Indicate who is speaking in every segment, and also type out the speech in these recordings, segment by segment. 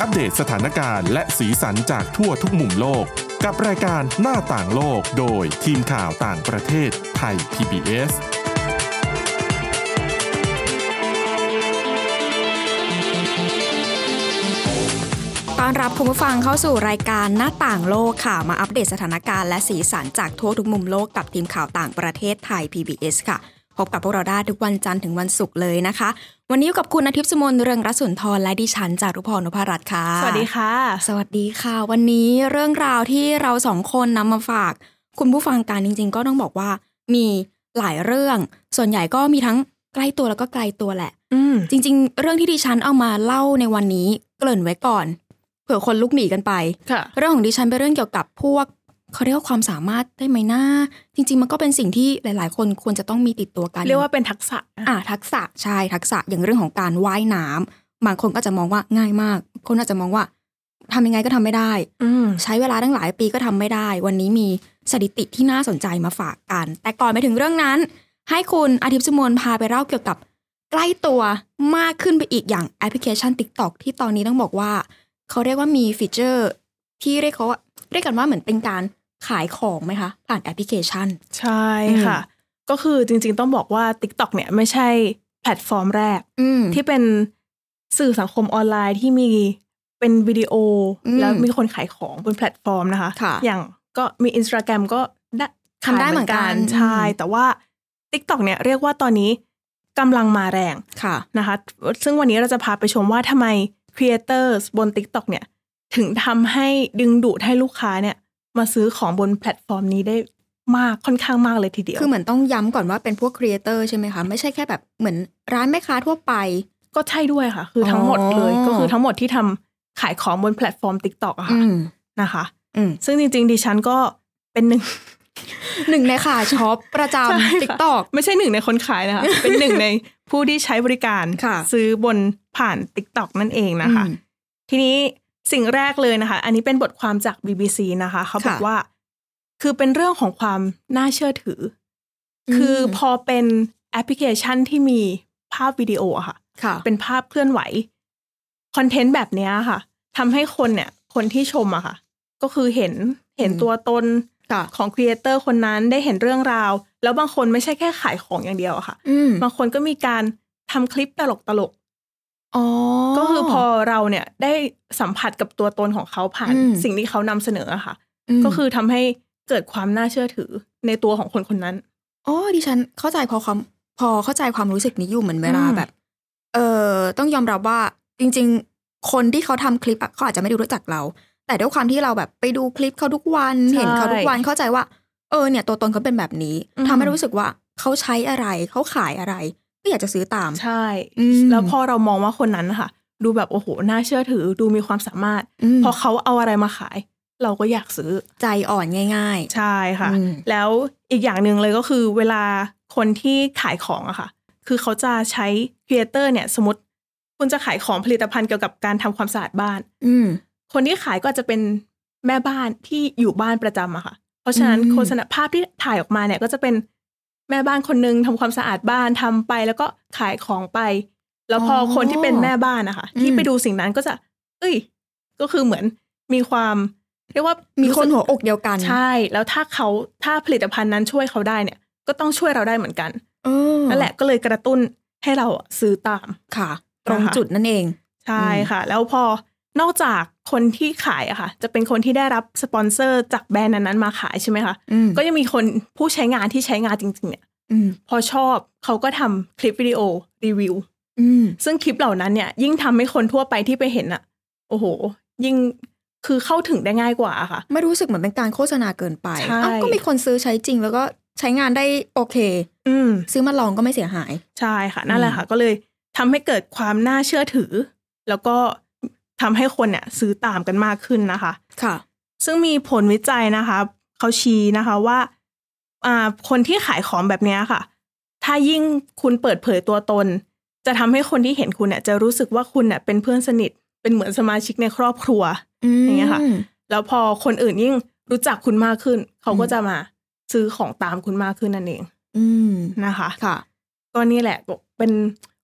Speaker 1: อัปเดตสถานการณ์และสีสันจากทั่วทุกมุมโลก กับรายการหน้าต่างโลกโดยทีมข่าวต่างประเทศไทย PBS
Speaker 2: ต้อนรับคุณผู้ฟังเข้าสู่รายการหน้าต่างโลกค่ะ มาอัปเดตสถานการณ์และสีสันจากทั่วทุกมุมโลกกับทีมข่าวต่างประเทศไทย PBS ค่ะ พบกับพวกเราได้ทุกวันจันทร์ถึงวันศุกร์เลยนะคะ วันนี้อยู่กับคุณอาทิตย์สมนเรืองรัศนทรและดิฉันจารุพรนพรัตน์ค่ะ
Speaker 3: สวัสดีค่ะ
Speaker 2: สวัสดีค่ะ วันนี้เรื่องราวที่เราสองคนนำมาฝาก คุณผู้ฟังกันจริง ๆ ก็ต้องบอกว่ามีหลายเรื่อง ส่วนใหญ่ก็มีทั้งใกล้ตัวแล้วก็ไกลตัวแหละ
Speaker 3: อืม
Speaker 2: จริง ๆ เรื่องที่ดิฉันเอามาเล่าในวันนี้เกริ่นไว้ก่อน เผื่อคนลุกหนีกันไป
Speaker 3: ค่ะ
Speaker 2: เรื่องของดิฉันเป็นเรื่องเกี่ยวกับพวกเขาเรียกว่าความสามารถได้ไหมนะจริง ๆ มันก็เป็นสิ่งที่หลาย ๆ คนควรจะต้องมีติดตัวกัน
Speaker 3: เรียกว่าเป็นทักษะ
Speaker 2: อ่าทักษะใช่ทักษะอย่างเรื่องของการว่ายน้ำบางคนก็จะมองว่าง่ายมากบางคนอาจจะมองว่าทำยังไงก็ทำไม่ได้
Speaker 3: อืม
Speaker 2: ใช้เวลาตั้งหลายปีก็ทำไม่ได้ วันนี้มีสถิติที่น่าสนใจมาฝากกัน แต่ก่อนไปถึงเรื่องนั้น ให้คุณอาทิตย์สมนพาไปเล่าเกี่ยวกับใกล้ตัวมากขึ้นไปอีกอย่างแอปพลิเคชัน TikTok ที่ตอนนี้ต้องบอกว่า เขาเรียกว่ามีฟีเจอร์ ที่เรียกเขาว่าเรียกกันว่าเหมือนเป็นการขายของไหมคะผ่านแอปพลิเคชัน
Speaker 3: ใช่ค่ะ ก็คือจริง ๆ ต้องบอกว่า TikTok เนี่ยไม่ใช่แพลตฟอร์มแรก
Speaker 2: อืม
Speaker 3: ที่เป็นสื่อสังคมออนไลน์ที่มีเป็นวิดีโออ
Speaker 2: ม
Speaker 3: แล้วมีคนขายของบนแพลตฟอร์มนะคะ
Speaker 2: ค่ะ
Speaker 3: อย่างก็มี Instagram ก็ได้
Speaker 2: ทำได้เหมือนกัน
Speaker 3: ขายใช่
Speaker 2: อืม
Speaker 3: แต่ว่า TikTok เนี่ยเรียกว่าตอนนี้กำลังมาแรง
Speaker 2: ค่ะ
Speaker 3: นะคะซึ่งวันนี้เราจะพาไปชมว่าทำไมครีเอเตอร์บน TikTok เนี่ย ถึงทำให้ดึงดูดให้ลูกค้าเนี่ย มาซื้อของบนแพลตฟอร์มนี้ได้มากค่อนข้างมากเลยทีเดียว
Speaker 2: คือเหมือนต้องย้ำก่อนว่าเป็นพวกครีเอเตอร์ใช่ไหมคะ ไม่ใช่แค่แบบเหมือนร้านแม่ค้าทั่วไป
Speaker 3: ก็ใช่ด้วยค่ะ คือทั้งหมดเลย
Speaker 2: อ๋อ
Speaker 3: ก็คือทั้งหมดที่ทำขายของบนแพลตฟอร์ม TikTok อะค่ะ
Speaker 2: อืม
Speaker 3: นะคะ
Speaker 2: อืม
Speaker 3: ซึ่งจริง ๆ ดิฉันก็เป็นหนึ่ง
Speaker 2: หนึ่งในขาช็อปประ จ
Speaker 3: ใช่ค่ะ
Speaker 2: ำติ๊กต็อก
Speaker 3: ไม่ใช่หนึ่งในคนขายนะคะ เป็นหนึ่งในผู้ที่ใช้บริการ
Speaker 2: ค่ะ
Speaker 3: ซื้อบนผ่าน TikTok นั่นเองนะคะ ทีนี้สิ่งแรกเลยนะคะ อันนี้เป็นบทความจาก BBC นะคะ เขาบอก
Speaker 2: ค่ะ
Speaker 3: ว่า คือเป็นเรื่องของความน่าเชื่อถืออ
Speaker 2: ม
Speaker 3: คือพอเป็นแอปพลิเคชันที่มีภาพวิดีโออะค่ะ
Speaker 2: ค่ะ
Speaker 3: เป็นภาพเคลื่อนไหว คอนเทนต์แบบเนี้ยค่ะทำให้คนเนี่ย คนที่ชมอะค่ะ ก็คือเห็นเห็น
Speaker 2: อืม
Speaker 3: ตัวตน
Speaker 2: ค่ะ
Speaker 3: ของครีเอเตอร์คนนั้นได้เห็นเรื่องราว แล้วบางคนไม่ใช่แค่ขายของอย่างเดียวอะค่ะ
Speaker 2: อืม
Speaker 3: บางคนก็มีการทำคลิปตลกตลกๆ
Speaker 2: อ๋อ
Speaker 3: ก็คือพอเราเนี่ยได้สัมผัสกับตัวตนของเขาผ่าน
Speaker 2: อืม
Speaker 3: สิ่งที่เขานำเสนออะค่ะ
Speaker 2: ม
Speaker 3: ก็คือทำให้เกิดความน่าเชื่อถือในตัวของคนคนนั้น
Speaker 2: อ๋อดิฉันเข้าใจพอความพอเข้าใจความรู้สึกนี้อยู่เหมือนเวลา
Speaker 3: อืม
Speaker 2: แบบ เออต้องยอมรับว่าจริง ๆ คนที่เขาทำคลิปอะเขาอาจจะไม่ได้รู้จักเรา แต่ด้วยความที่เราแบบไปดูคลิปเขาทุกวัน
Speaker 3: ใช่
Speaker 2: เห็นเขาทุกวันเข้าใจว่า เออเนี่ยตัวตนเขาเป็นแบบนี้
Speaker 3: อืม
Speaker 2: ทำให้รู้สึกว่าเขาใช้อะไรเขาขายอะไร ก็อยากจะซื้อตาม
Speaker 3: ใช่
Speaker 2: อืม
Speaker 3: แล้วพอเรามองว่าคนนั้นนะค่ะ ดูแบบโอ้โหน่าเชื่อถือ ดูมีความสามารถ
Speaker 2: ม
Speaker 3: พอเขาเอาอะไรมาขาย เราก็อยากซื้อ
Speaker 2: ใจอ่อนง่าย
Speaker 3: ใช่ค่ะ
Speaker 2: อืม
Speaker 3: แล้วอีกอย่างหนึ่งเลยก็คือ เวลาคนที่ขายของอะค่ะ คือเขาจะใช้ครีเอเตอร์เนี่ย สมมติคุณจะขายของผลิตภัณฑ์เกี่ยวกับการทำความสะอาดบ้าน
Speaker 2: ๆ อืม
Speaker 3: คนที่ขายก็อาจจะเป็นแม่บ้านที่อยู่บ้านประจำอะค่ะ เพราะฉะนั้น
Speaker 2: อืม
Speaker 3: โฆษณาภาพที่ถ่ายออกมาเนี่ยก็จะเป็นแม่บ้านคนหนึงทำความสะอาดบ้านทำไป แล้วก็ขายของไป แล้วพออ
Speaker 2: อ
Speaker 3: คนที่เป็นแม่บ้านนะคะ
Speaker 2: อืม
Speaker 3: ที่ไปดูสิ่งนั้นก็จะ เอ้ย ก็คือเหมือนมีความ เรียกว่า
Speaker 2: มี
Speaker 3: มี
Speaker 2: คนหัวอกเดียวกัน
Speaker 3: ใช่ แล้วถ้าเขาถ้าผลิตภัณฑ์นั้นช่วยเขาได้เนี่ย ก็ต้องช่วยเราได้เหมือนกัน
Speaker 2: เออ
Speaker 3: นั่นแหละก็เลยกระตุ้นให้เราอะซื้อตาม
Speaker 2: ค่ะ ตรง
Speaker 3: นะคะ
Speaker 2: จุดนั่นเอง
Speaker 3: ใช่ค่ะ แล้วพอนอกจากคนที่ขายอะค่ะ จะเป็นคนที่ได้รับสปอนเซอร์จากแบรนด์นั้นๆมาขายใช่ไหมคะ
Speaker 2: อืม
Speaker 3: ก็ยังมีคนผู้ใช้งานที่ใช้งานจริง ๆ เนี่ย
Speaker 2: อืม
Speaker 3: พอชอบเขาก็ทำคลิปวิดีโอรีวิว
Speaker 2: อืม
Speaker 3: ซึ่งคลิปเหล่านั้นเนี่ย ยิ่งทำให้คนทั่วไปที่ไปเห็นอะโอ้โห ยิ่งคือเข้าถึงได้ง่ายกว่าอะค่ะ
Speaker 2: ไม่รู้สึกเหมือนเป็นการโฆษณาเกินไป
Speaker 3: ใช่
Speaker 2: เอ้าก็มีคนซื้อใช้จริง แล้วก็ใช้งานได้โอเค
Speaker 3: อืม
Speaker 2: ซื้อมาลองก็ไม่เสียหาย
Speaker 3: ใช่ค่ะ นั่นแหละค่ะ ก็เลยทำให้เกิดความน่าเชื่อถือ แล้วก็ทำให้คนเนี่ยซื้อตามกันมากขึ้นนะคะ
Speaker 2: ค่ะ
Speaker 3: ซึ่งมีผลวิจัยนะคะ เขาชี้นะคะว่าอ่า คนที่ขายของแบบเนี้ยค่ะ ถ้ายิ่งคุณเปิดเผยตัวตน จะทำให้คนที่เห็นคุณเนี่ยจะรู้สึกว่าคุณเนี่ยเป็นเพื่อนสนิท เป็นเหมือนสมาชิกในครอบครัว
Speaker 2: อืม
Speaker 3: อย่างเงี้ยค่ะ แล้วพอคนอื่นยิ่งรู้จักคุณมากขึ้น เขาก็
Speaker 2: อืม
Speaker 3: จะมาซื้อของตามคุณมากขึ้นนั่นเอง
Speaker 2: อืม
Speaker 3: นะคะ
Speaker 2: ค่ะ
Speaker 3: ก็นี่แหละบอกเป็น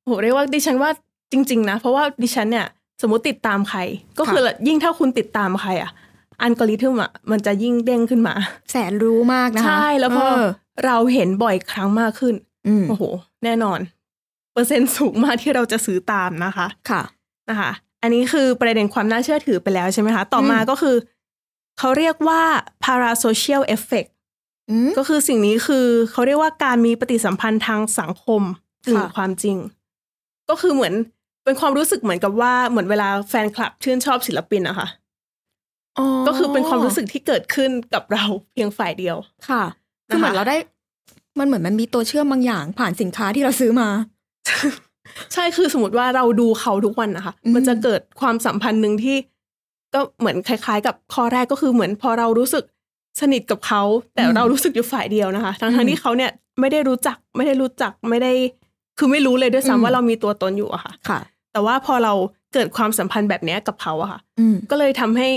Speaker 3: โหเรียกว่าดิฉันว่าจริง ๆ นะ เพราะว่าดิฉันเนี่ย สมมติติดตามใคร ก็คือยิ่งถ้าคุณติดตามใครอ่ะ อัลกอริทึมอ่ะมันจะยิ่งเด้งขึ้นมา
Speaker 2: แสนรู้มากนะคะ
Speaker 3: ใช่แล้วพอ
Speaker 2: เออ
Speaker 3: เราเห็นบ่อยครั้งมากขึ้น
Speaker 2: อืม
Speaker 3: โอ้โห แน่นอน เปอร์เซ็นต์สูงมากที่เราจะซื้อตามนะคะ
Speaker 2: ค่ะ
Speaker 3: นะคะ อันนี้คือประเด็นความน่าเชื่อถือไปแล้วใช่ไหมคะ ต่อมา
Speaker 2: อืม
Speaker 3: ก็คือ เขาเรียกว่า parasocial effect
Speaker 2: อืม
Speaker 3: ก็คือสิ่งนี้คือเขาเรียกว่าการมีปฏิสัมพันธ์ทางสังคมกึ่ง
Speaker 2: ค่ะ
Speaker 3: ความจริง ก็คือเหมือนเป็นความรู้สึกเหมือนกับว่าเหมือนเวลาแฟนคลับชื่นชอบศิลปินอะค่ะ ก็คือเป็นความรู้สึกที่เกิดขึ้นกับเราเพียงฝ่ายเดียว
Speaker 2: ค่ะคือเหมือน
Speaker 3: นะคะ
Speaker 2: เราได้ มันเหมือนมันมีตัวเชื่อมบางอย่างผ่านสินค้าที่เราซื้อมา
Speaker 3: ใช่คือสมมติว่าเราดูเขาทุกวันนะคะ
Speaker 2: อืม
Speaker 3: มันจะเกิดความสัมพันธ์หนึ่งที่ ก็เหมือนคล้ายๆ กับข้อแรกก็คือเหมือนพอเรารู้สึกสนิทกับเขา แต่เรารู้สึกอยู่ฝ่ายเดียวนะคะ ทั้งๆที่เขาเนี่ยไม่ได้รู้จักไม่ได้รู้จักไม่ได้ คือไม่รู้เลยด้วยซ้ำว่าเรามีตัวตนอยู่อะค่ะ
Speaker 2: ค่ะ
Speaker 3: แต่ว่าพอเราเกิดความสัมพันธ์แบบเนี้ยกับเขาอะค่ะ
Speaker 2: อืม
Speaker 3: ก็เลยทำให้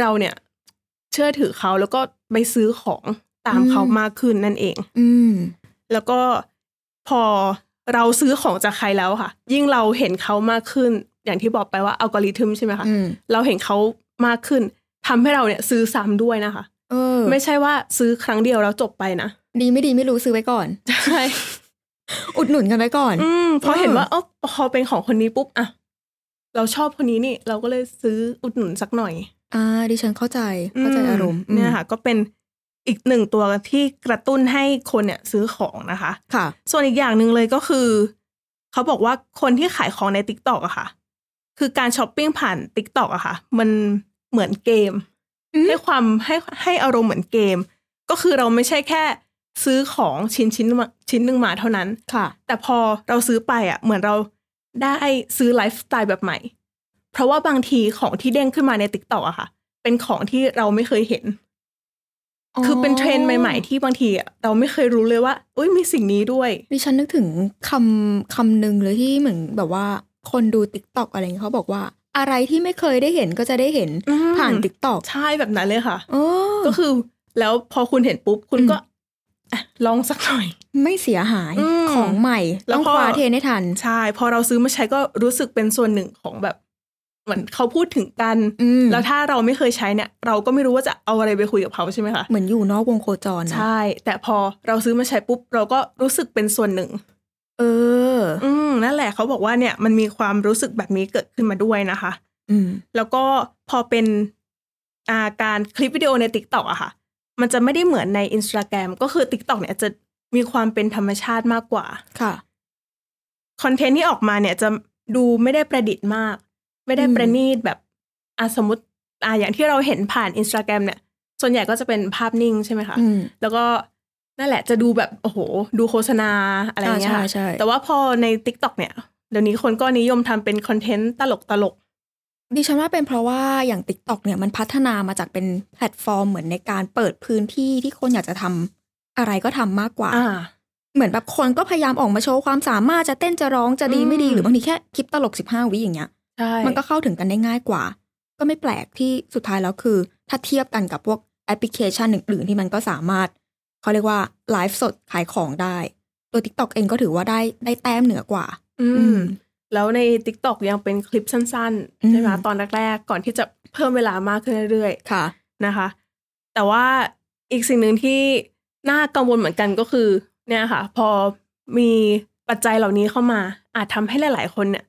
Speaker 3: เราเนี่ย เชื่อถือเขาแล้วก็ไปซื้อของตาม
Speaker 2: อืม
Speaker 3: เขามากขึ้นนั่นเอง
Speaker 2: อืม
Speaker 3: แล้วก็พอเราซื้อของจากใครแล้วค่ะ ยิ่งเราเห็นเขามากขึ้น อย่างที่บอกไปว่าอัลกอริทึมใช่ไหมคะ
Speaker 2: อืม
Speaker 3: เราเห็นเขามากขึ้นทำให้เราเนี่ยซื้อซ้ำด้วยนะคะ
Speaker 2: เออ
Speaker 3: ไม่ใช่ว่าซื้อครั้งเดียวแล้วจบไปนะ
Speaker 2: ดีไม่ดีไม่รู้ซื้อไว้ก่อน
Speaker 3: ใช่
Speaker 2: อุดหนุนกันไว้ก่อน
Speaker 3: อืมเพราะ
Speaker 2: เออ
Speaker 3: เห็นว่าเอ๋อพอเป็นของคนนี้ปุ๊บอะเราชอบคนนี้นี่ เราก็เลยซื้ออุดหนุนสักหน่อย
Speaker 2: อ่าดิฉันเข้าใจเข้าใจอารมณ์อืม
Speaker 3: เนี่ยค่ะก็เป็นอีกหนึ่งตัวที่กระตุ้นให้คนเนี่ยซื้อของนะคะ
Speaker 2: ค่ะ
Speaker 3: ส่วนอีกอย่างหนึ่งเลยก็คือ เขาบอกว่าคนที่ขายของใน t ิ k t o k อะค่ะ คือการช้อปปิ้งผ่าน t ิ k t o k อะค่ะ มันเหมือนเกม
Speaker 2: อืม
Speaker 3: ให้ความให้ให้อารมณ์เหมือนเกม ก็คือเราไม่ใช่แค่ซื้อของชิ้นชิ้นมาชิ้นหนึ่งมาเท่านั้น
Speaker 2: ค่ะ
Speaker 3: แต่พอเราซื้อไปอ่ะ เหมือนเราได้ซื้อไลฟ์สไตล์แบบใหม่ เพราะว่าบางทีของที่เด้งขึ้นมาในติ๊กต็อกอะค่ะ เป็นของที่เราไม่เคยเห็น คือเป็นเทรนด์ใหม่ ๆ ที่บางทีอะเราไม่เคยรู้เลยว่าอุ้ยมีสิ่งนี้ด้วย
Speaker 2: ดิฉันนึกถึงคำคำหนึ่งเลยที่เหมือนแบบว่าคนดูติ๊กต็อกอะไรเงี้ยเขาบอกว่า อะไรที่ไม่เคยได้เห็นก็จะได้เห็น
Speaker 3: อืม
Speaker 2: ผ่านติ๊กต็อก
Speaker 3: ใช่แบบนั้นเลยค่ะ
Speaker 2: โอ้
Speaker 3: ก็คือแล้วพอคุณเห็นปุ๊บ คุณก็อ่ะลองสักหน่อย
Speaker 2: ไม่เสียหาย
Speaker 3: อืม
Speaker 2: ของใหม่
Speaker 3: แล้
Speaker 2: ต้
Speaker 3: ว
Speaker 2: อง
Speaker 3: พอ
Speaker 2: คว้าเทรนให้ทัน
Speaker 3: ใช่ พอเราซื้อมาใช้ก็รู้สึกเป็นส่วนหนึ่งของแบบ เหมือนเขาพูดถึงกัน
Speaker 2: อืม
Speaker 3: แล้วถ้าเราไม่เคยใช้เนี่ย เราก็ไม่รู้ว่าจะเอาอะไรไปคุยกับเขาใช่ไหมคะ
Speaker 2: เหมือนอยู่นอกวงโคจรนะ
Speaker 3: ใช่ แต่พอเราซื้อมาใช้ปุ๊บ เราก็รู้สึกเป็นส่วนหนึ่ง
Speaker 2: เออ
Speaker 3: อืมนั่นแหละเขาบอกว่าเนี่ยมันมีความรู้สึกแบบนี้เกิดขึ้นมาด้วยนะคะ
Speaker 2: อืม
Speaker 3: แล้วก็พอเป็นอาการคลิปวิดีโอใน t ิ k t o k อะค่ะ มันจะไม่ได้เหมือนใน Instagram ก็คือ t ิ k t o k เนี่ยจะมีความเป็นธรรมชาติมากกว่า
Speaker 2: ค่ะ
Speaker 3: คอนเทนต์ที่ออกมาเนี่ยจะดูไม่ได้ประดิษฐ์มาก ไม่ได้
Speaker 2: อืม
Speaker 3: ประณีตแบบอ่ะสมมติอ่ะอย่างที่เราเห็นผ่าน Instagram เนี่ย ส่วนใหญ่ก็จะเป็นภาพนิ่งใช่ไหมคะ
Speaker 2: อืม
Speaker 3: แล้วก็นั่นแหละจะดูแบบโอ้โห ดูโฆษณาอะไรอย่างเงี้ย
Speaker 2: อ่า
Speaker 3: ค่ะ
Speaker 2: ใช่ใช่
Speaker 3: แต่ว่าพอใน t ิ k t o k เนี่ยเดี๋ยวนี้คนก็นิยมทำเป็นคอนเทนต์ตลกตลก
Speaker 2: ดิฉันว่าเป็นเพราะว่าอย่าง t ิ k t o k เนี่ยมันพัฒนามาจากเป็นแพลตฟอร์มเหมือนในการเปิดพื้นที่ที่คนอยากจะทำอะไรก็ทำมากกว่า
Speaker 3: ๆอ่า
Speaker 2: เหมือนแบบคนก็พยายามออกมาโชว์ความสามารถจะเต้นจะร้องจะดี
Speaker 3: อืม
Speaker 2: ไม่ดีหรือบางทีแค่คลิปตลก 15 วิอย่างเงี้ย
Speaker 3: ใช่
Speaker 2: มันก็เข้าถึงกันได้ง่ายกว่า ก็ไม่แปลกที่สุดท้ายแล้วคือ ถ้าเทียบกันกับพวกแอปพลิเคชันอื่นๆที่มันก็สามารถเขาเรียกว่าไลฟ์สดขายของได้ตัว TikTok เองก็ถือว่าได้ได้แต้มเหนือกว่า
Speaker 3: อื
Speaker 2: อื
Speaker 3: ม
Speaker 2: ม
Speaker 3: แล้วใน t ิ k t o k ยังเป็นคลิปสั้น
Speaker 2: อืม
Speaker 3: ๆ ใช่ไหมคะตอนแรกๆ ก่อนที่จะเพิ่มเวลามากขึ้นเรื่อย
Speaker 2: ค่ะ
Speaker 3: ๆนะคะ แต่ว่าอีกสิ่งหนึ่งที่น่ากังวลเหมือนกันก็คือ เนี่ยค่ะ พอมีปัจจัยเหล่านี้เข้ามา อาจทำให้หลายๆ คนเนี่ย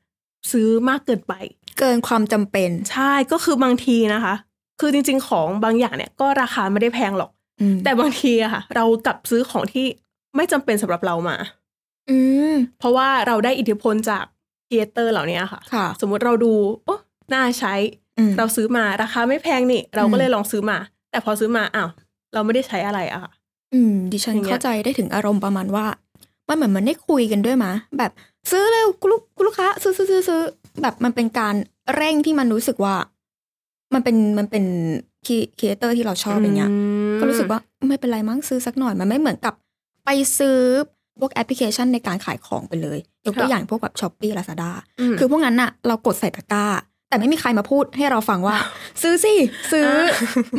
Speaker 3: ซื้อมากเกินไป
Speaker 2: เกินความจำเป็น
Speaker 3: ใช่ก็คือบางทีนะคะ คือจริงๆ ของบางอย่างเนี่ยก็ราคาไม่ได้แพงหรอก
Speaker 2: อืม
Speaker 3: แต่บางทีอะค่ะ เรากลับซื้อของที่ไม่จำเป็นสำหรับเรามา
Speaker 2: อืม
Speaker 3: เพราะว่าเราได้อิทธิพลจากครีเอเตอร์เหล่านี้ค่ะ
Speaker 2: ค่ะ
Speaker 3: สมมุติเราดูโอ้น่าใช้
Speaker 2: อืม
Speaker 3: เราซื้อมาราคาไม่แพงนี่ เรา
Speaker 2: อื
Speaker 3: ก็
Speaker 2: ม
Speaker 3: เลยลองซื้อมา แต่พอซื้อมาอ้าวเราไม่ได้ใช้อะไรอะค่ะ
Speaker 2: อืมดิฉัน
Speaker 3: อย่างเงี้ย
Speaker 2: เข้าใจได้ถึงอารมณ์ประมาณว่า มันเหมือนมันได้คุยกันด้วยมะแบบซื้อเร็วคุณลูกคุณลูกค้าซื้อซื้อซื้อซื้อแบบมันเป็นการเร่งที่มันรู้สึกว่า มันเป็นมันเป็นครีเอเตอร์ที่เราชอบอย่างเงี้ย
Speaker 3: ม
Speaker 2: ก็รู้สึกว่าไม่เป็นไรมั้งซื้อสักหน่อยมันไม่เหมือนกับ ไปซื้อพวกแอปพลิเคชันในการขายของไปเลยยกตัวอย่างพวกแบบช้อปปี้ลาซาด้า
Speaker 3: ม
Speaker 2: คือพวกนั้นน่ะเรากดใส่ตะกร้า แต่ไม่มีใครมาพูดให้เราฟัง ว่า ซื้อสิซื้อ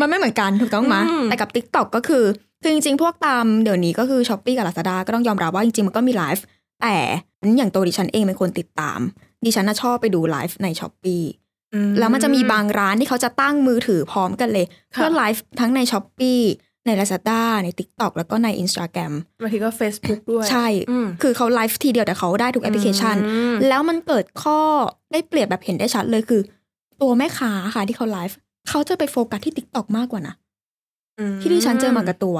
Speaker 2: มันไม่เหมือนกันถูกต้องไหม
Speaker 3: อืม
Speaker 2: แต่กับ Tik t o อกก็คือคือจริงๆ พวกตามเดี๋ยวนี้ก็คือช้อปปี้กับ Lazada ก็ต้องยอมรับว่าจริงๆ มันก็มีไลฟ์แต่อย่างตัวดิฉันเองเป็นคนติดตาม ดิฉันน่ะชอบไปดูไลฟ์ในช้อปปี
Speaker 3: อื
Speaker 2: แล้วมันจะมีบางร้านที่เขาจะตั้งมือถือพร้อมกันเลย เพื่อ
Speaker 3: ค่ะ
Speaker 2: ไลฟ์ทั้งใน s h อ p e e ใน Lazada ใน TikTok แล้วก็ใน Instagram
Speaker 3: บางทีก็ Facebook ด้วย
Speaker 2: ใช่
Speaker 3: อืม
Speaker 2: คือเขาไลฟ์ทีเดียวแต่เขาได้ทุกแอปพลิเคชัน
Speaker 3: ม
Speaker 2: แล้วมันเกิดข้อได้เปรียบแบบเห็นได้ชัดเลยคือ ตัวแม่ค้าค่ะที่เขาไลฟ์เขาจะไปโฟกัสที่ TikTok มากกว่านะ ที่ที่ฉันเจอมากับตัว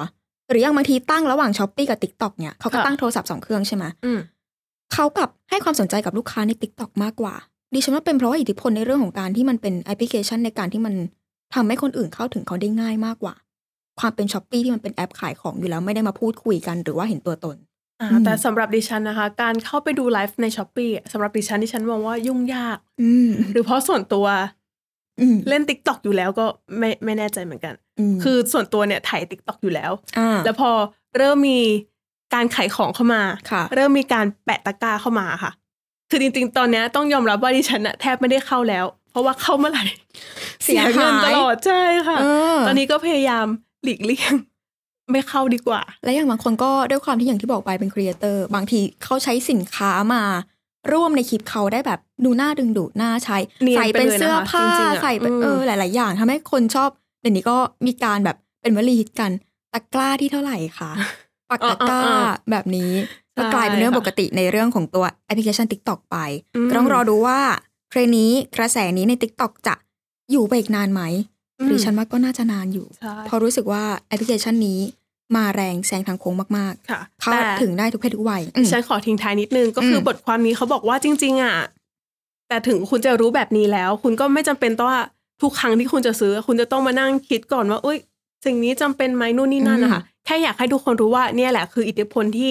Speaker 2: หรืออย่างบางทีตั้งระหว่างช้อปปี้กับ TikTok เนี่ยเขาก็ตั้งโทรศัพท์สองเครื่องใช่ไหม
Speaker 3: อืม
Speaker 2: เขากลับให้ความสนใจกับลูกค้าใน TikTok มากกว่า ดิฉันว่าเป็นเพราะว่าอิทธิพลในเรื่องของการที่มันเป็นแอปพลิเคชันในการที่มันทำให้คนอื่นเข้าถึงเขาได้ง่ายมากกว่า ความเป็นช้อปปี้ที่มันเป็นแอปขายของอยู่แล้วไม่ได้มาพูดคุยกันหรือว่าเห็นตัวตน
Speaker 3: อ่า
Speaker 2: อืม
Speaker 3: แต่สำหรับดิฉันนะคะ การเข้าไปดูไลฟ์ในช้อปปีสำหรับดิฉันดิฉันมองว่ายุ่งยาก
Speaker 2: อืม
Speaker 3: หรือเพราะส่วนตัว
Speaker 2: อืม
Speaker 3: เล่น t ิ k t o k อยู่แล้วก็ไม่ไม่แน่ใจเหมือนกัน
Speaker 2: ม
Speaker 3: คือส่วนตัวเนี่ยถ่าย t ิ k t o k อยู่แล้ว
Speaker 2: อ่า
Speaker 3: แล้วพอเริ่มมีการขายของเข้ามา
Speaker 2: ค่ะ
Speaker 3: เริ่มมีการแปะตะกร้าเข้ามาค่ะ คือจริงๆ ตอนเนี้ยต้องยอมรับว่าดิฉันน่ะแทบไม่ได้เข้าแล้ว เพราะว่าเข้าเมื่อ ไหร่เสียเงินตลอดใช่ค่ะ
Speaker 2: เออ
Speaker 3: ตอนนี้ก็พยายามหลีกเลี่ยงไม่เข้าดีกว่า
Speaker 2: และอย่างบางคนก็ด้วยความที่อย่างที่บอกไปเป็นครีเอเตอร์บางทีเขาใช้สินค้ามาร่วมในคลิปเขาได้แบบดูหน้าดึงดูดหน้าใช้
Speaker 3: เนียน
Speaker 2: ใส่
Speaker 3: ไป
Speaker 2: เป็น
Speaker 3: เลยนะคะ
Speaker 2: เสื้อผ้า
Speaker 3: จริงๆอะ
Speaker 2: ใส่เป็น
Speaker 3: อืม
Speaker 2: เออหลาย ๆ อย่างทำให้คนชอบเดี๋ยวนี้ก็มีการแบบเป็นวลีฮิตกันตะกร้าที่เท่าไหร่ คะปักตะกร้าแบบนี้ก็กลายเป็นเรื่องปกติในเรื่องของตัวแอปพลิเคชัน TikTok ไป
Speaker 3: ม
Speaker 2: ต้องรอดูว่าเทรนด์นี้กระแสนี้ใน TikTok จะอยู่ไปอีกนานไหม
Speaker 3: อืม
Speaker 2: ดิฉันว่าก็น่าจะนานอยู่
Speaker 3: ใช่
Speaker 2: เพราะรู้สึกว่าแอปพลิเคชันนี้มาแรงแซงทางโค้งมาก ๆ
Speaker 3: ค่ะ
Speaker 2: เข้า
Speaker 3: แต่
Speaker 2: ถึงได้ทุกเพศทุกวัย
Speaker 3: ดิฉันขอทิ้งท้ายนิดนึงก็คืออ
Speaker 2: ม
Speaker 3: บทความนี้เขาบอกว่าจริง ๆอ่ะแต่ถึงคุณจะรู้แบบนี้แล้ว คุณก็ไม่จำเป็นต้องว่าทุกครั้งที่คุณจะซื้อ คุณจะต้องมานั่งคิดก่อนว่าเอ้ย สิ่งนี้จำเป็นไหมนู่นนี่นั่นนะคะแค่อยากให้ทุกคนรู้ว่าเนี่ยแหละคืออิทธิพลที่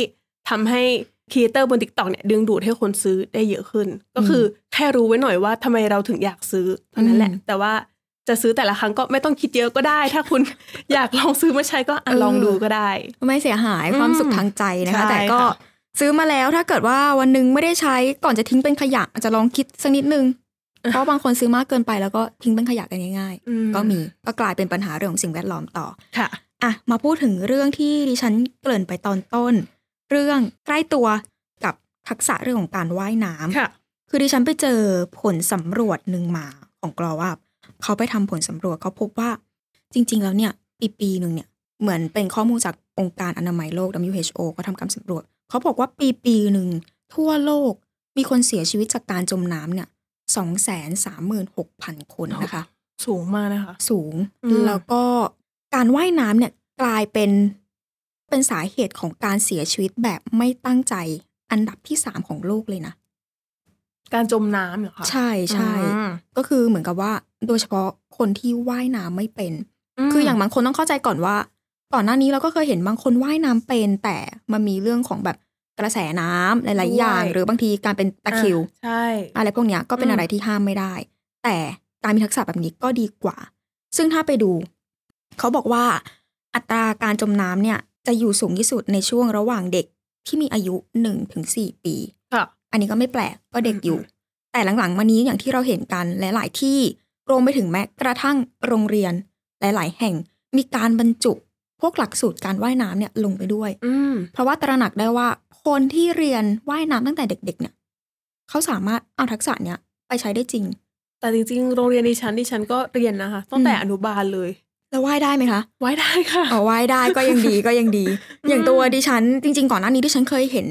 Speaker 3: ทำให้ครีเอเตอร์บนติ๊กต็อกเนี่ยดึงดูดให้คนซื้อได้เยอะขึ้น ก็คือแค่รู้ไว้หน่อยว่าทำไมเราถึงอยากซื้อเท่านั้นแหละ แต่ว่าจะซื้อแต่ละครั้งก็ไม่ต้องคิดเยอะก็ได้ ถ้าคุณ อยากลองซื้อมาใช้ก็อ่ะลองดูก็ได้
Speaker 2: ไม่เสียหาย
Speaker 3: อืม
Speaker 2: ความสุขทางใจนะคะ
Speaker 3: ใช่
Speaker 2: แต่ก็
Speaker 3: ค่ะ
Speaker 2: ซื้อมาแล้วถ้าเกิดว่าวันหนึงไม่ได้ใช้ก่อนจะทิ้งเป็นขยะอาจจะลองคิดสักนิดนึง เพราะบางคนซื้อมากเกินไปแล้วก็ทิ้งเป็นขยะกันง่าย
Speaker 3: อืม
Speaker 2: ๆก็มีก็กลายเป็นปัญหาเรื่องของสิ่งแวดล้อมต่อ
Speaker 3: ค่ะ
Speaker 2: อ่ะมาพูดถึงเรื่องที่ดิฉันเกริ่นไปตอนต้น เรื่องใกล้ตัวกับทักษะเรื่องของการว่ายน้ำ
Speaker 3: ค่ะ
Speaker 2: คือดิฉันไปเจอผลสำรวจหนึ่งมาของกลอว่าเขาไปทำผลสำรวจเขาพบว่า จริง ๆ แล้วเนี่ย ปีปีหนึ่งเนี่ย เหมือนเป็นข้อมูลจากองค์การอนามัยโลก WHO ก็ทำการสำรวจ เขาบอกว่าปีปีหนึ่ง ทั่วโลกมีคนเสียชีวิตจากการจมน้ำเนี่ยสองแสนสามหมื่นหกพันคนนะคะ
Speaker 3: สูงมากนะคะ
Speaker 2: สูง
Speaker 3: อืม
Speaker 2: แล้วก็การว่ายน้ำเนี่ยกลายเป็นเป็นสาเหตุของการเสียชีวิตแบบไม่ตั้งใจอันดับที่สามของโลกเลยนะ
Speaker 3: การจมน้ำเหรอคะ
Speaker 2: ใช่ใช่
Speaker 3: อืม
Speaker 2: ก็คือเหมือนกับว่าโดยเฉพาะคนที่ว่ายน้ำไม่เป็น คืออย่างบางคนต้องเข้าใจก่อนว่า ก่อนหน้านี้เราก็เคยเห็นบางคนว่ายน้ำเป็น แต่มันมีเรื่องของแบบกระแสน้ำหลาย ๆ อย่าง หรือบางทีการเป็นตะคริว
Speaker 3: อ่ใช่
Speaker 2: อะไรพวกเนี้ยก็เป็น
Speaker 3: อืม
Speaker 2: อะไรที่ห้ามไม่ได้ แต่การมีทักษะแบบนี้ก็ดีกว่า ซึ่งถ้าไปดู เขาบอกว่า อัตราการจมน้ำเนี่ยจะอยู่สูงที่สุดในช่วงระหว่างเด็กที่มีอายุ1-4ปี
Speaker 3: ค่ะ
Speaker 2: อันนี้ก็ไม่แปลกก็เด็กอยู่
Speaker 3: อื
Speaker 2: แต่หลังๆมานี้อย่างที่เราเห็นกันหลายๆที่รวมไปถึงแม้กระทั่งโรงเรียน หลายๆ แห่ง มีการบรรจุ พวกหลักสูตรการว่ายน้ำเนี่ยลงไปด้วย
Speaker 3: อืม
Speaker 2: เพราะว่าตระหนักได้ว่าคนที่เรียนว่ายน้ำตั้งแต่เด็ก ๆ เนี่ยเขาสามารถเอาทักษะเนี่ยไปใช้ได้จริง
Speaker 3: แต่จริงๆ โรงเรียนดิฉันดิฉันก็เรียนนะคะ ตั้งแต่
Speaker 2: อืม
Speaker 3: อนุบาลเลย
Speaker 2: แล้วว่ายได้ไหมคะ
Speaker 3: ไว้ได้ค่ะ
Speaker 2: เอาไหว้ได้ก็ยังดีก็ยังดี อย่างตัวดิฉัน จริง ๆ ก่อนหน้านี้ดิฉันเคยเห็น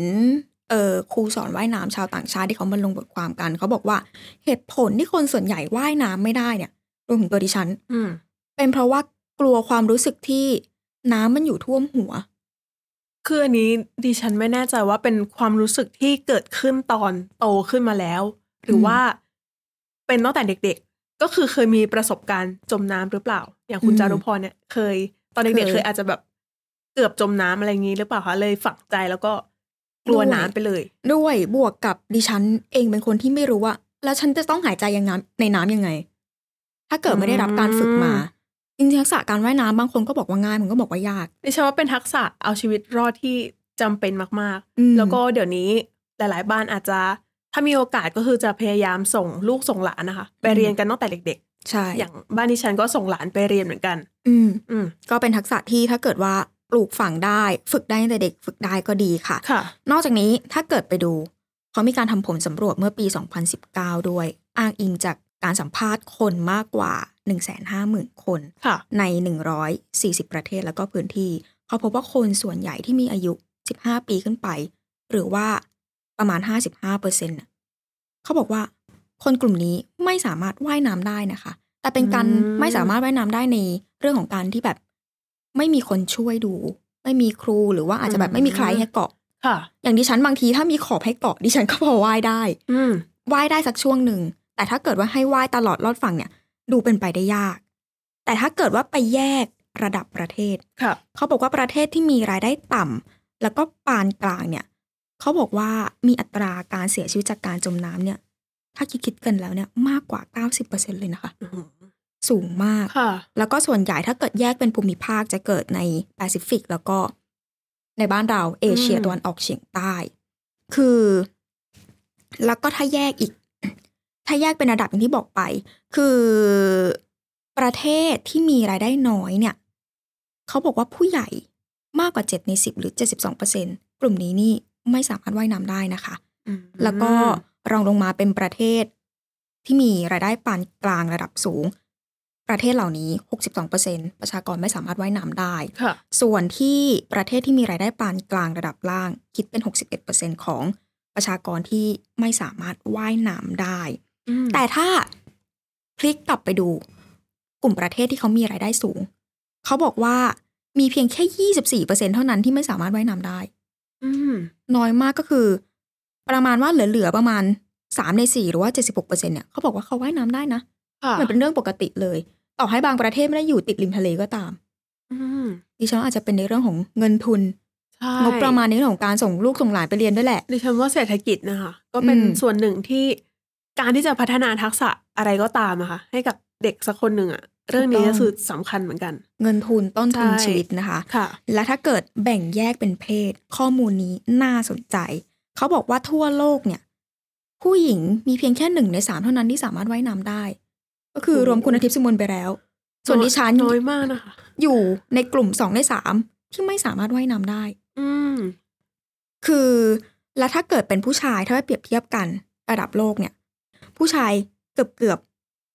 Speaker 2: เอ่อครูสอนว่ายน้ำชาวต่างชาติที่เขามาลงบทความกัน เขาบอกว่าเหตุผลที่คนส่วนใหญ่ว่ายน้ำไม่ได้เนี่ยรวมถึงตัวดิฉัน
Speaker 3: อืม
Speaker 2: เป็นเพราะว่ากลัวความรู้สึกที่น้ำมันอยู่ท่วมหัว
Speaker 3: คืออันนี้ดิฉันไม่แน่ใจว่าเป็นความรู้สึกที่เกิดขึ้นตอนโตขึ้นมาแล้ว หรืออ
Speaker 2: ม
Speaker 3: ว่าเป็นตั้งแต่เด็กๆ ก็คือเคยมีประสบการณ์จมน้ำหรือเปล่า อย่างคุณ
Speaker 2: อืม
Speaker 3: จารุพรเนี่ยเคย ตอนเด็ก
Speaker 2: เคย
Speaker 3: ๆ เคยอาจจะแบบเกือบจมน้ำอะไรอย่างนี้หรือเปล่าคะเลยฝังใจแล้วก็กลัว
Speaker 2: ด้วย
Speaker 3: น้ำไปเลย
Speaker 2: ด้วยบวกกับดิฉันเองเป็นคนที่ไม่รู้ว่า แล้วฉันจะต้องหายใจยังน้ำในน้ำยังไง ถ้าเกิดไม่ได้รับการฝึกมาจริงๆทักษะการว่ายน้ำบางคนก็บอกว่าง่ายมันก็บอกว่ายาก
Speaker 3: ดิฉันว่าเป็นทักษะเอาชีวิตรอดที่จำเป็นมาก
Speaker 2: อืม
Speaker 3: ๆ แล้วก็เดี๋ยวนี้หลาย ๆ บ้านอาจจะ ถ้ามีโอกาสก็คือจะพยายามส่งลูกส่งหลานนะคะ ไปเรียนกันตั้งแต่เด็ก
Speaker 2: ใช่
Speaker 3: ๆ อย่างบ้านดิฉันก็ส่งหลานไปเรียนเหมือนกัน
Speaker 2: อืม
Speaker 3: อืม
Speaker 2: ก็เป็นทักษะที่ถ้าเกิดว่าปลูกฝังได้ ฝึกได้ตั้งแต่เด็กฝึกได้ก็ดีค่ะ
Speaker 3: ค่ะ
Speaker 2: นอกจากนี้ถ้าเกิดไปดู เขามีการทำผลสำรวจเมื่อปี 2019 ด้วย อ้างอิงจาก การสัมภาษณ์คนมากกว่า 150,000 คน
Speaker 3: ค่ะ
Speaker 2: ใน 140 ประเทศแล้วก็พื้นที่เขาพบว่าคนส่วนใหญ่ที่มีอายุ 15 ปีขึ้นไป หรือว่าประมาณ 55เปอร์เซ็นต์เขาบอกว่า คนกลุ่มนี้ไม่สามารถว่ายน้ำได้นะคะ แต่เป็นการ
Speaker 3: อืม
Speaker 2: ไม่สามารถว่ายน้ำได้ในเรื่องของการที่แบบ ไม่มีคนช่วยดู ไม่มีครูหรือว่าอาจจะแบบไม่มีใครให้เกาะ
Speaker 3: ค่ะ
Speaker 2: อย่างดิฉันบางทีถ้ามีขอบให้เกาะดิฉันก็พอว่ายได้
Speaker 3: อืม
Speaker 2: ว่ายได้สักช่วงหนึ่ง แต่ถ้าเกิดว่าให้ว่ายตลอดลอดฝั่งเนี่ย ดูเป็นไปได้ยาก แต่ถ้าเกิดว่าไปแยกระดับประเทศ
Speaker 3: ค่ะ
Speaker 2: เขาบอกว่าประเทศที่มีรายได้ต่ำแล้วก็ปานกลางเนี่ย เขาบอกว่ามีอัตราการเสียชีวิตจากการจมน้ำเนี่ย ถ้าคิดคิดๆกันแล้วเนี่ยมากกว่า 90%เลยนะคะ สูงมาก
Speaker 3: ค่ะ
Speaker 2: แล้วก็ส่วนใหญ่ถ้าเกิดแยกเป็นภูมิภาคจะเกิดในแปซิฟิกแล้วก็ในบ้านเราเอเชีย
Speaker 3: อืม
Speaker 2: ตะวันออกเฉียงใต้ คือแล้วก็ถ้าแยกอี ก ถ้าแยกเป็นระดับอย่างที่บอกไป คือประเทศที่มีรายได้น้อยเนี่ย เขาบอกว่าผู้ใหญ่มากกว่า 7 ใน 10 หรือ 72เปอร์เซ็นกลุ่มนี้นี่ไม่สามารถว่ายน้ำได้นะคะ แล้วก็รองลงมาเป็นประเทศที่มีรายได้ปานกลางระดับสูง ประเทศเหล่านี้ 62%ประชากรไม่สามารถว่ายน้ำได้
Speaker 3: ค่ะ
Speaker 2: ส่วนที่ประเทศที่มีรายได้ปานกลางระดับล่าง คิดเป็น 61%ของประชากรที่ไม่สามารถว่ายน้ำได้ แต่ถ้าพลิกกลับไปดู กลุ่มประเทศที่เขามีรายได้สูง เขาบอกว่ามีเพียงแค่ 24%เท่านั้นที่ไม่สามารถว่ายน้ำได้
Speaker 3: อืม
Speaker 2: น้อยมากก็คือ ประมาณว่าเหลือๆประมาณสามในสี่หรือว่าเจ็ดสิบหกเปอร์เซ็นเนี่ยเขาบอกว่าเขาว่ายน้ำได้นะ
Speaker 3: ค่ะ
Speaker 2: มันเป็นเรื่องปกติเลย ต่อให้บางประเทศไม่ได้อยู่ติดริมทะเลก็ตาม
Speaker 3: อืม
Speaker 2: ดิฉันว่าอาจจะเป็นในเรื่องของเงินทุน
Speaker 3: ใช่
Speaker 2: งบประมาณในเรื่องของการส่งลูกส่งหลานไปเรียนด้วยแหละ
Speaker 3: ดิฉันว่าเศรษฐกิจนะคะ ก็เป็น
Speaker 2: อืม
Speaker 3: ส่วนหนึ่งที่การที่จะพัฒนาทักษะอะไรก็ตามอะค่ะให้กับเด็กสักคนหนึ่งอะเรื่องนี้ก็คือสำคัญเหมือนกัน
Speaker 2: เงินทุนต้นทุน
Speaker 3: ใช่
Speaker 2: ชีวิตนะคะ
Speaker 3: ค่ะ
Speaker 2: และถ้าเกิดแบ่งแยกเป็นเพศ ข้อมูลนี้น่าสนใจ เขาบอกว่าทั่วโลกเนี่ย ผู้หญิงมีเพียงแค่หนึ่งในสามเท่านั้นที่สามารถว่ายน้ำได้ ก็คือ
Speaker 3: โอ้โห
Speaker 2: รวมคุณอาทิตย์สมนไปแล้ว ส่วนดิฉัน
Speaker 3: น้อยมากนะคะ
Speaker 2: อยู่ในกลุ่มสองในสามที่ไม่สามารถว่ายน้ำได้
Speaker 3: อืม
Speaker 2: คือ แล้วถ้าเกิดเป็นผู้ชายถ้าไปเปรียบเทียบกันระดับโลกเนี่ย ผู้ชายเกือบเกือบ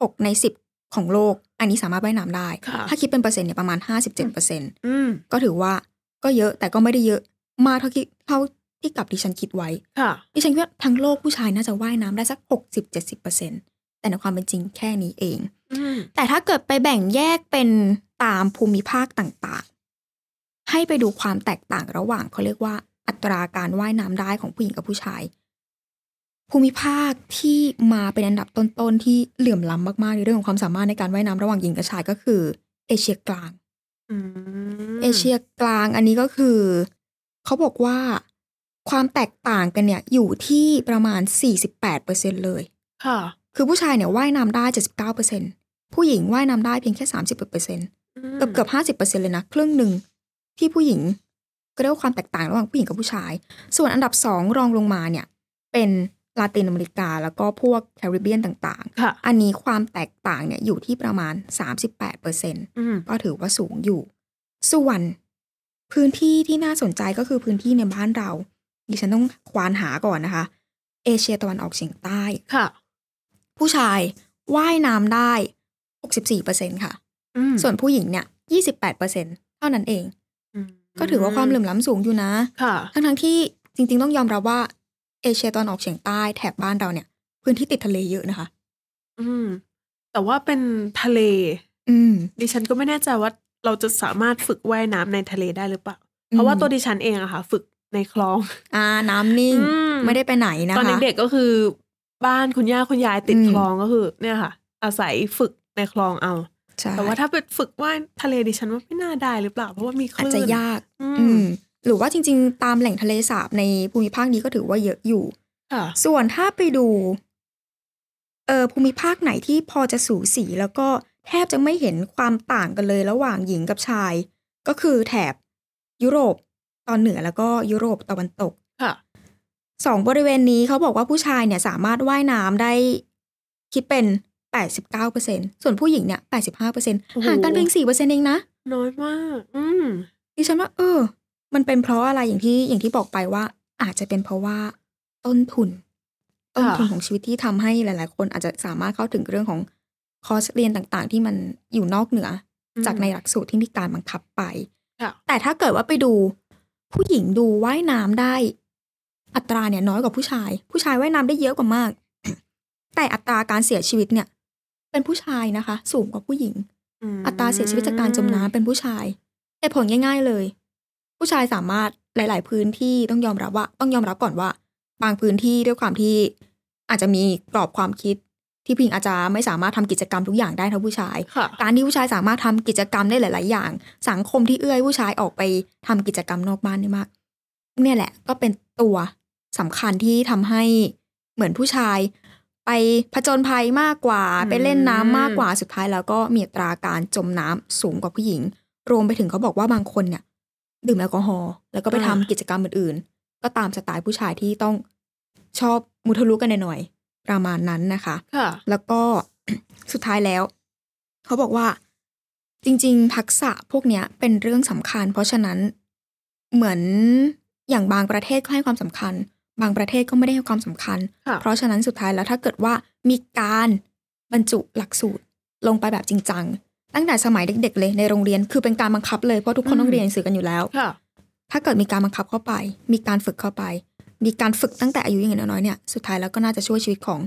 Speaker 2: หกในสิบของโลก อันนี้สามารถว่ายน้ำได้
Speaker 3: ค่ะ
Speaker 2: ถ้าคิดเป็นเปอร์เซ็นต์เนี่ยประมาณห้าสิบเจ็ดเปอร์เซ็นต์
Speaker 3: อืม
Speaker 2: ก็ถือว่าก็เยอะแต่ก็ไม่ได้เยอะมากเท่าที่เท่าที่กับดิฉันคิดไว้
Speaker 3: ค่ะ
Speaker 2: ดิฉันคิดว่าทั้งโลกผู้ชายน่าจะว่ายน้ำได้สักหกสิบเจ็ดสิบเปอร์เซ็นต์แต่ในความเป็นจริงแค่นี้เอง
Speaker 3: อืม
Speaker 2: แต่ถ้าเกิดไปแบ่งแยกเป็นตามภูมิภาคต่างๆ ให้ไปดูความแตกต่างระหว่างเขาเรียกว่า อัตราการว่ายน้ำได้ของผู้หญิงกับผู้ชาย ภูมิภาคที่มาเป็นอันดับต้นๆ ที่เหลื่อมล้ำมากๆในเรื่องของความสามารถในการว่ายน้ำระหว่างหญิงกับชายก็คือ เอเชียกลาง
Speaker 3: อืม
Speaker 2: เอเชียกลางอันนี้ก็คือ เขาบอกว่าความแตกต่างกันเนี่ยอยู่ที่ประมาณ 48%เลย
Speaker 3: ค่ะ
Speaker 2: คือผู้ชายเนี่ยว่ายน้ำได้ 79%ผู้หญิงว่ายน้ำได้เพียงแค่ 31%เ
Speaker 3: ม
Speaker 2: กือบเกือบ50%เลยนะ ครึ่งหนึ่งที่ผู้หญิงก็เรียกว่าความแตกต่างระหว่างผู้หญิงกับผู้ชาย ส่วนอันดับ 2 รองลงมาเนี่ย เป็นลาตินอเมริกา แล้วก็พวกแคริบเบียนต่าง
Speaker 3: ค่ะ
Speaker 2: ๆ อันนี้ความแตกต่างเนี่ยอยู่ที่ประมาณ 38%
Speaker 3: อืม
Speaker 2: ก็ถือว่าสูงอยู่ ส่วน พื้นที่ที่น่าสนใจก็คือพื้นที่ในบ้านเรา ดิฉันต้องควานหาก่อนนะคะ เอเชียตะวันออกเฉียงใต้
Speaker 3: ค่ะ
Speaker 2: ผู้ชายว่ายน้ำได้ 64%ค่ะ
Speaker 3: อืม
Speaker 2: ส่วนผู้หญิงเนี่ย 28%เท่านั้นเอง
Speaker 3: อืม
Speaker 2: ก็ถือว่าความเหลื่อมล้ำสูงอยู่นะ
Speaker 3: ค่ะ
Speaker 2: ทั้งทั้งๆที่จริง ๆ ต้องยอมรับว่าเอเชียตะวันออกเฉียงใต้แถบบ้านเราเนี่ย พื้นที่ติดทะเลเยอะนะคะ
Speaker 3: อืม แต่ว่าเป็นทะเล
Speaker 2: อืม
Speaker 3: ดิฉันก็ไม่แน่ใจว่าเราจะสามารถฝึกว่ายน้ำในทะเลได้หรือเปล่า เพราะว่าตัวดิฉันเองอะค่ะ ฝึกในคลอง
Speaker 2: อ่าน้ำนิ่ง
Speaker 3: อืม
Speaker 2: ไม่ได้ไปไหนนะคะ
Speaker 3: ตอนเด็กๆก็คือ บ้านคุณย่าคุณยายติด
Speaker 2: อืม
Speaker 3: คลองก็คือ เนี่ยค่ะ อาศัยฝึกในคลองเอา
Speaker 2: ใช่
Speaker 3: แต่ว่าถ้าไปฝึกว่ายทะเลดิฉันว่าไม่น่าได้หรือเปล่า เพราะว่ามีค
Speaker 2: อาจ
Speaker 3: ลื่น
Speaker 2: จะยาก
Speaker 3: อื
Speaker 2: อื
Speaker 3: ม
Speaker 2: มหรือว่าจริงๆ ตามแหล่งทะเลสาบในภูมิภาคนี้ก็ถือว่าเยอะอยู่
Speaker 3: ค่ะ
Speaker 2: ส่วนถ้าไปดูเออภูมิภาคไหนที่พอจะสูสีแล้วก็แทบจะไม่เห็นความต่างกันเลยระหว่างหญิงกับชาย ก็คือแถบยุโรปตอนเหนือแล้วก็ยุโรปตะวันตก
Speaker 3: ค่ะ
Speaker 2: สองบริเวณนี้เขาบอกว่าผู้ชายเนี่ยสามารถว่ายน้ำได้คิดเป็น 89%ส่วนผู้หญิงเนี่ย
Speaker 3: โอ้โห
Speaker 2: 85%ห่างกันเพียง4%เองนะ
Speaker 3: น้อยมาก อืม
Speaker 2: ดิฉันว่าเออ มันเป็นเพราะอะไรอย่างที่อย่างที่บอกไปว่า อาจจะเป็นเพราะว่าต้นทุน ต้น
Speaker 3: ค่ะ
Speaker 2: ทุนของชีวิตที่ทำให้หลาย ๆ คนอาจจะสามารถเข้าถึงเรื่องของคอร์สเรียนต่างๆ ที่มันอยู่นอกเหนือ จากในหลักสูตรที่มีการบังคับไป
Speaker 3: ค่ะ
Speaker 2: แต่ถ้าเกิดว่าไปดู ผู้หญิงดูว่ายน้ำได้ อัตราเนี่ยน้อยกว่าผู้ชาย ผู้ชายว่ายน้ำได้เยอะกว่ามาก แต่อัตราการเสียชีวิตเนี่ย เป็นผู้ชายนะคะ สูงกว่าผู้หญิง
Speaker 3: ม
Speaker 2: อัตราเสียชีวิตจากการจมน้ำเป็นผู้ชายเหตุผลง่าย ๆเลย ผู้ชายสามารถหลาย ๆ พื้นที่ต้องยอมรับว่า ต้องยอมรับก่อนว่า บางพื้นที่ด้วยความที่อาจจะมีกรอบความคิด ที่ผู้หญิงอาจจะไม่สามารถทำกิจกรรมทุกอย่างได้เท่าผู้ชาย
Speaker 3: ค่ะ
Speaker 2: การที่ผู้ชายสามารถทำกิจกรรมได้หลาย ๆ อย่าง สังคมที่เอื้อให้ผู้ชายออกไปทำกิจกรรมนอกบ้านได้มาก เนี่ยแหละก็เป็นตัวสำคัญที่ทำให้เหมือนผู้ชาย ไปผจญภัยมากกว่า
Speaker 3: อืม
Speaker 2: ไปเล่นน้ำมากกว่าสุดท้ายแล้วก็มีอัตราการจมน้ำสูงกว่าผู้หญิง รวมไปถึงเขาบอกว่าบางคนเนี่ย ดื่มแอลกอฮอล์แล้วก็ไปทำกิจกรรมอื่น ๆ ก็ตามสไตล์ผู้ชายที่ต้องชอบมุทะลุกันหน่อยๆประมาณนั้นนะคะ
Speaker 3: ค่ะ
Speaker 2: แล้วก็ สุดท้ายแล้ว เขาบอกว่า จริง ๆ ทักษะพวกเนี้ยเป็นเรื่องสำคัญ เพราะฉะนั้นเหมือนอย่างบางประเทศก็ให้ความสำคัญ บางประเทศก็ไม่ได้ให้ความสำคัญ
Speaker 3: ค่ะ
Speaker 2: เพราะฉะนั้นสุดท้ายแล้วถ้าเกิดว่ามีการบรรจุหลักสูตรลงไปแบบจริงจังตั้งแต่สมัยเด็ก ๆ เลยในโรงเรียนคือเป็นการบังคับเลยเพราะทุกคนต้องเรียนหนังสือกันอยู่แล้ว
Speaker 3: ค่ะ
Speaker 2: ถ้าเกิดมีการบังคับเข้าไป มีการฝึกเข้าไป มีการฝึกตั้งแต่อายุยังน้อยๆเนี่ย สุดท้ายแล้วก็น่าจะช่วยชีวิตของ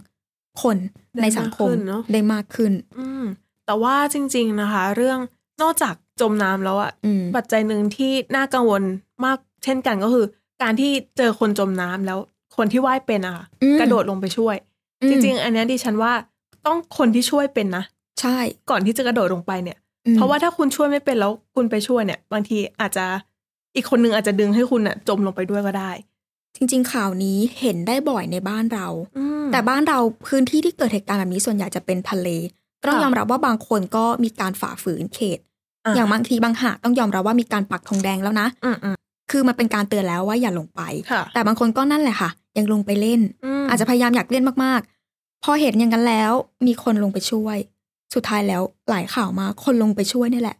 Speaker 2: คน
Speaker 3: ได้
Speaker 2: ในสังคม
Speaker 3: มากขึ้นเนอะ
Speaker 2: ได้มากขึ้น
Speaker 3: อืมแต่ว่าจริง ๆนะคะ เรื่องนอกจากจมน้ำแล้วอะ
Speaker 2: อืม
Speaker 3: ปัจจัยหนึ่งที่น่ากังวลมากเช่นกันก็คือ การที่เจอคนจมน้ำแล้วคนที่ว่ายเป็นอะค่ะ
Speaker 2: อืม
Speaker 3: กระโดดลงไปช่วย จริง ๆ อันเนี้ยดิฉันว่าต้องคนที่ช่วยเป็นนะ
Speaker 2: ๆใช่
Speaker 3: ก่อนที่จะกระโดดลงไปเนี่ย
Speaker 2: อืม
Speaker 3: เพราะว่าถ้าคุณช่วยไม่เป็นแล้วคุณไปช่วยเนี่ย บางทีอาจจะอีกคนนึงอาจจะดึงให้คุณอะจมลงไปด้วยก็ได้
Speaker 2: จริง ๆ ข่าวนี้เห็นได้บ่อยในบ้านเรา
Speaker 3: อืม
Speaker 2: แต่บ้านเราพื้นที่ที่เกิดเหตุการณ์แบบนี้ส่วนใหญ่จะเป็นทะเลก็ต้อง
Speaker 3: ค่ะ
Speaker 2: ยอมรับว่าบางคนก็มีการฝ่าฝืนเขต
Speaker 3: อ่ะ
Speaker 2: อย่างบางทีบางหาดต้องยอมรับว่ามีการปักธงแดงแล้วนะ
Speaker 3: อืมอืม
Speaker 2: คือมันเป็นการเตือนแล้วว่าอย่าลงไป
Speaker 3: ค่ะ
Speaker 2: แต่บางคนก็นั่นแหละค่ะ ยังลงไปเล่น
Speaker 3: ม
Speaker 2: อาจจะพยายามอยากเล่นมากๆ พอเห็นอย่างนั้นแล้วมีคนลงไปช่วย สุดท้ายแล้วหลายข่าวมาคนลงไปช่วยนี่แหละ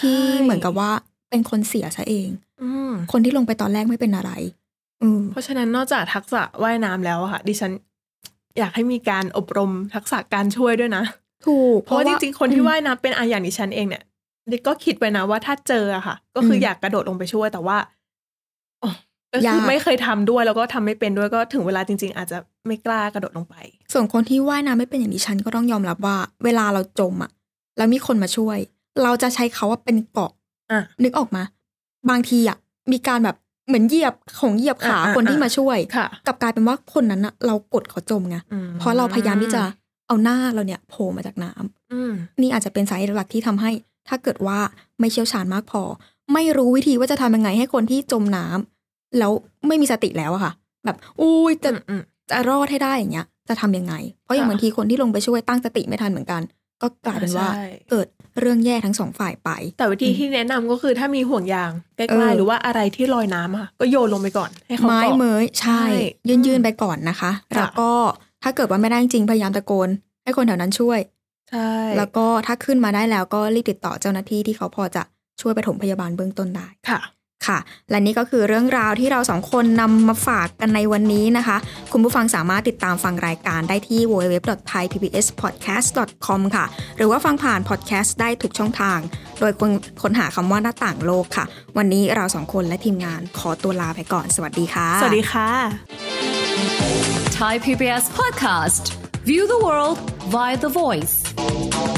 Speaker 2: ที่เหมือนกับว่าเป็นคนเสียซะเอง
Speaker 3: อืม
Speaker 2: คนที่ลงไปตอนแรกไม่เป็นอะไร อืม
Speaker 3: เพราะฉะนั้นนอกจากทักษะว่ายน้ำแล้วอะค่ะ ดิฉัน อยากให้มีการอบรมทักษะการช่วยด้วยนะ
Speaker 2: ถูก
Speaker 3: เพราะว่าจริงๆ คนที่
Speaker 2: อืม
Speaker 3: ว่ายน้ำเป็นอาอย่างดิฉันเองเนี่ยดิก็คิดไปนะว่าถ้าเจออะค่ะ ก็คืออ
Speaker 2: ม
Speaker 3: อยากกระโดดลงไปช่วยแต่ว่าอ๋อก็
Speaker 2: ยา
Speaker 3: คือก ไม่เคยทำด้วยแล้วก็ทำไม่เป็นด้วยก็ถึงเวลาจริง ๆ อาจจะไม่กล้ากระโดดลงไป
Speaker 2: ส่วนคนที่ว่ายน้ำไม่เป็นอย่างดิฉันก็ต้องยอมรับว่า เวลาเราจมอ่ะ แล้วมีคนมาช่วย เราจะใช้เขาว่าเป็นเกาะ
Speaker 3: อ่ะ
Speaker 2: นึกออกมา บางทีอ่ะมีการแบบเหมือนเหยียบของเหยียบขา
Speaker 3: อ่าอ่า
Speaker 2: คนที่มาช่วย
Speaker 3: ค่ะ
Speaker 2: กลับกลายเป็นว่าคนนั้นอ่ะเรากดเขาจมไง
Speaker 3: อืม
Speaker 2: เพราะเราพยายามที่จะเอาหน้าเราเนี่ยโผล่มาจากน้ำ
Speaker 3: อืม
Speaker 2: นี่อาจจะเป็นสาเหตุหลักที่ทำให้ ถ้าเกิดว่าไม่เชี่ยวชาญมากพอ ไม่รู้วิธีว่าจะทำยังไงให้คนที่จมน้ำแล้วไม่มีสติแล้วอะค่ะ แบบอุ้ยจะ
Speaker 3: อืม
Speaker 2: จะรอดให้ได้อย่างเงี้ย จะทำยังไง เพราะอย่าง
Speaker 3: ค่ะ
Speaker 2: บางทีคนที่ลงไปช่วยตั้งสติไม่ทันเหมือนกัน ก็กลายเป็นว่า
Speaker 3: ใช่
Speaker 2: เกิดเรื่องแย่ทั้งสองฝ่ายไป
Speaker 3: แต่วิธี
Speaker 2: อืม
Speaker 3: ที่แนะนำก็คือถ้ามีห่วงยางใก
Speaker 2: เอ
Speaker 3: ล้
Speaker 2: อ
Speaker 3: ๆหรือว่าอะไรที่ลอยน้ำอะค่ะก็โยนลงไปก่อนให้เขา
Speaker 2: ไม้
Speaker 3: เกาะ
Speaker 2: เมยใช่
Speaker 3: ใช่
Speaker 2: ยืนยื
Speaker 3: อื
Speaker 2: น
Speaker 3: ม
Speaker 2: ไปก่อนนะคะ
Speaker 3: ค่ะ
Speaker 2: แล้วก็ถ้าเกิดว่าไม่ได้จริงๆพยายามตะโกน ให้คนแถวนั้นช่วย
Speaker 3: ใช่
Speaker 2: แล้วก็ถ้าขึ้นมาได้แล้วก็รีบติดต่อเจ้าหน้าที่ที่เขาพอจะช่วยปฐมพยาบาลเบื้องต้นได้
Speaker 3: ค่ะ
Speaker 2: ค่ะ และนี่ก็คือเรื่องราวที่เราสองคนนำมาฝากกันในวันนี้นะคะ คุณผู้ฟังสามารถติดตามฟังรายการได้ที่ www.thaipbspodcast.com ค่ะ หรือว่าฟังผ่านพอดแคสต์ได้ทุกช่องทาง โดยคนค้นหาคำว่าหน้าต่างโลกค่ะ วันนี้เราสองคนและทีมงานขอตัวลาไปก่อน สวัสดีค่ะ
Speaker 3: สวัสดีค่ะ
Speaker 4: Thai PBS podcast. View the world via the voice.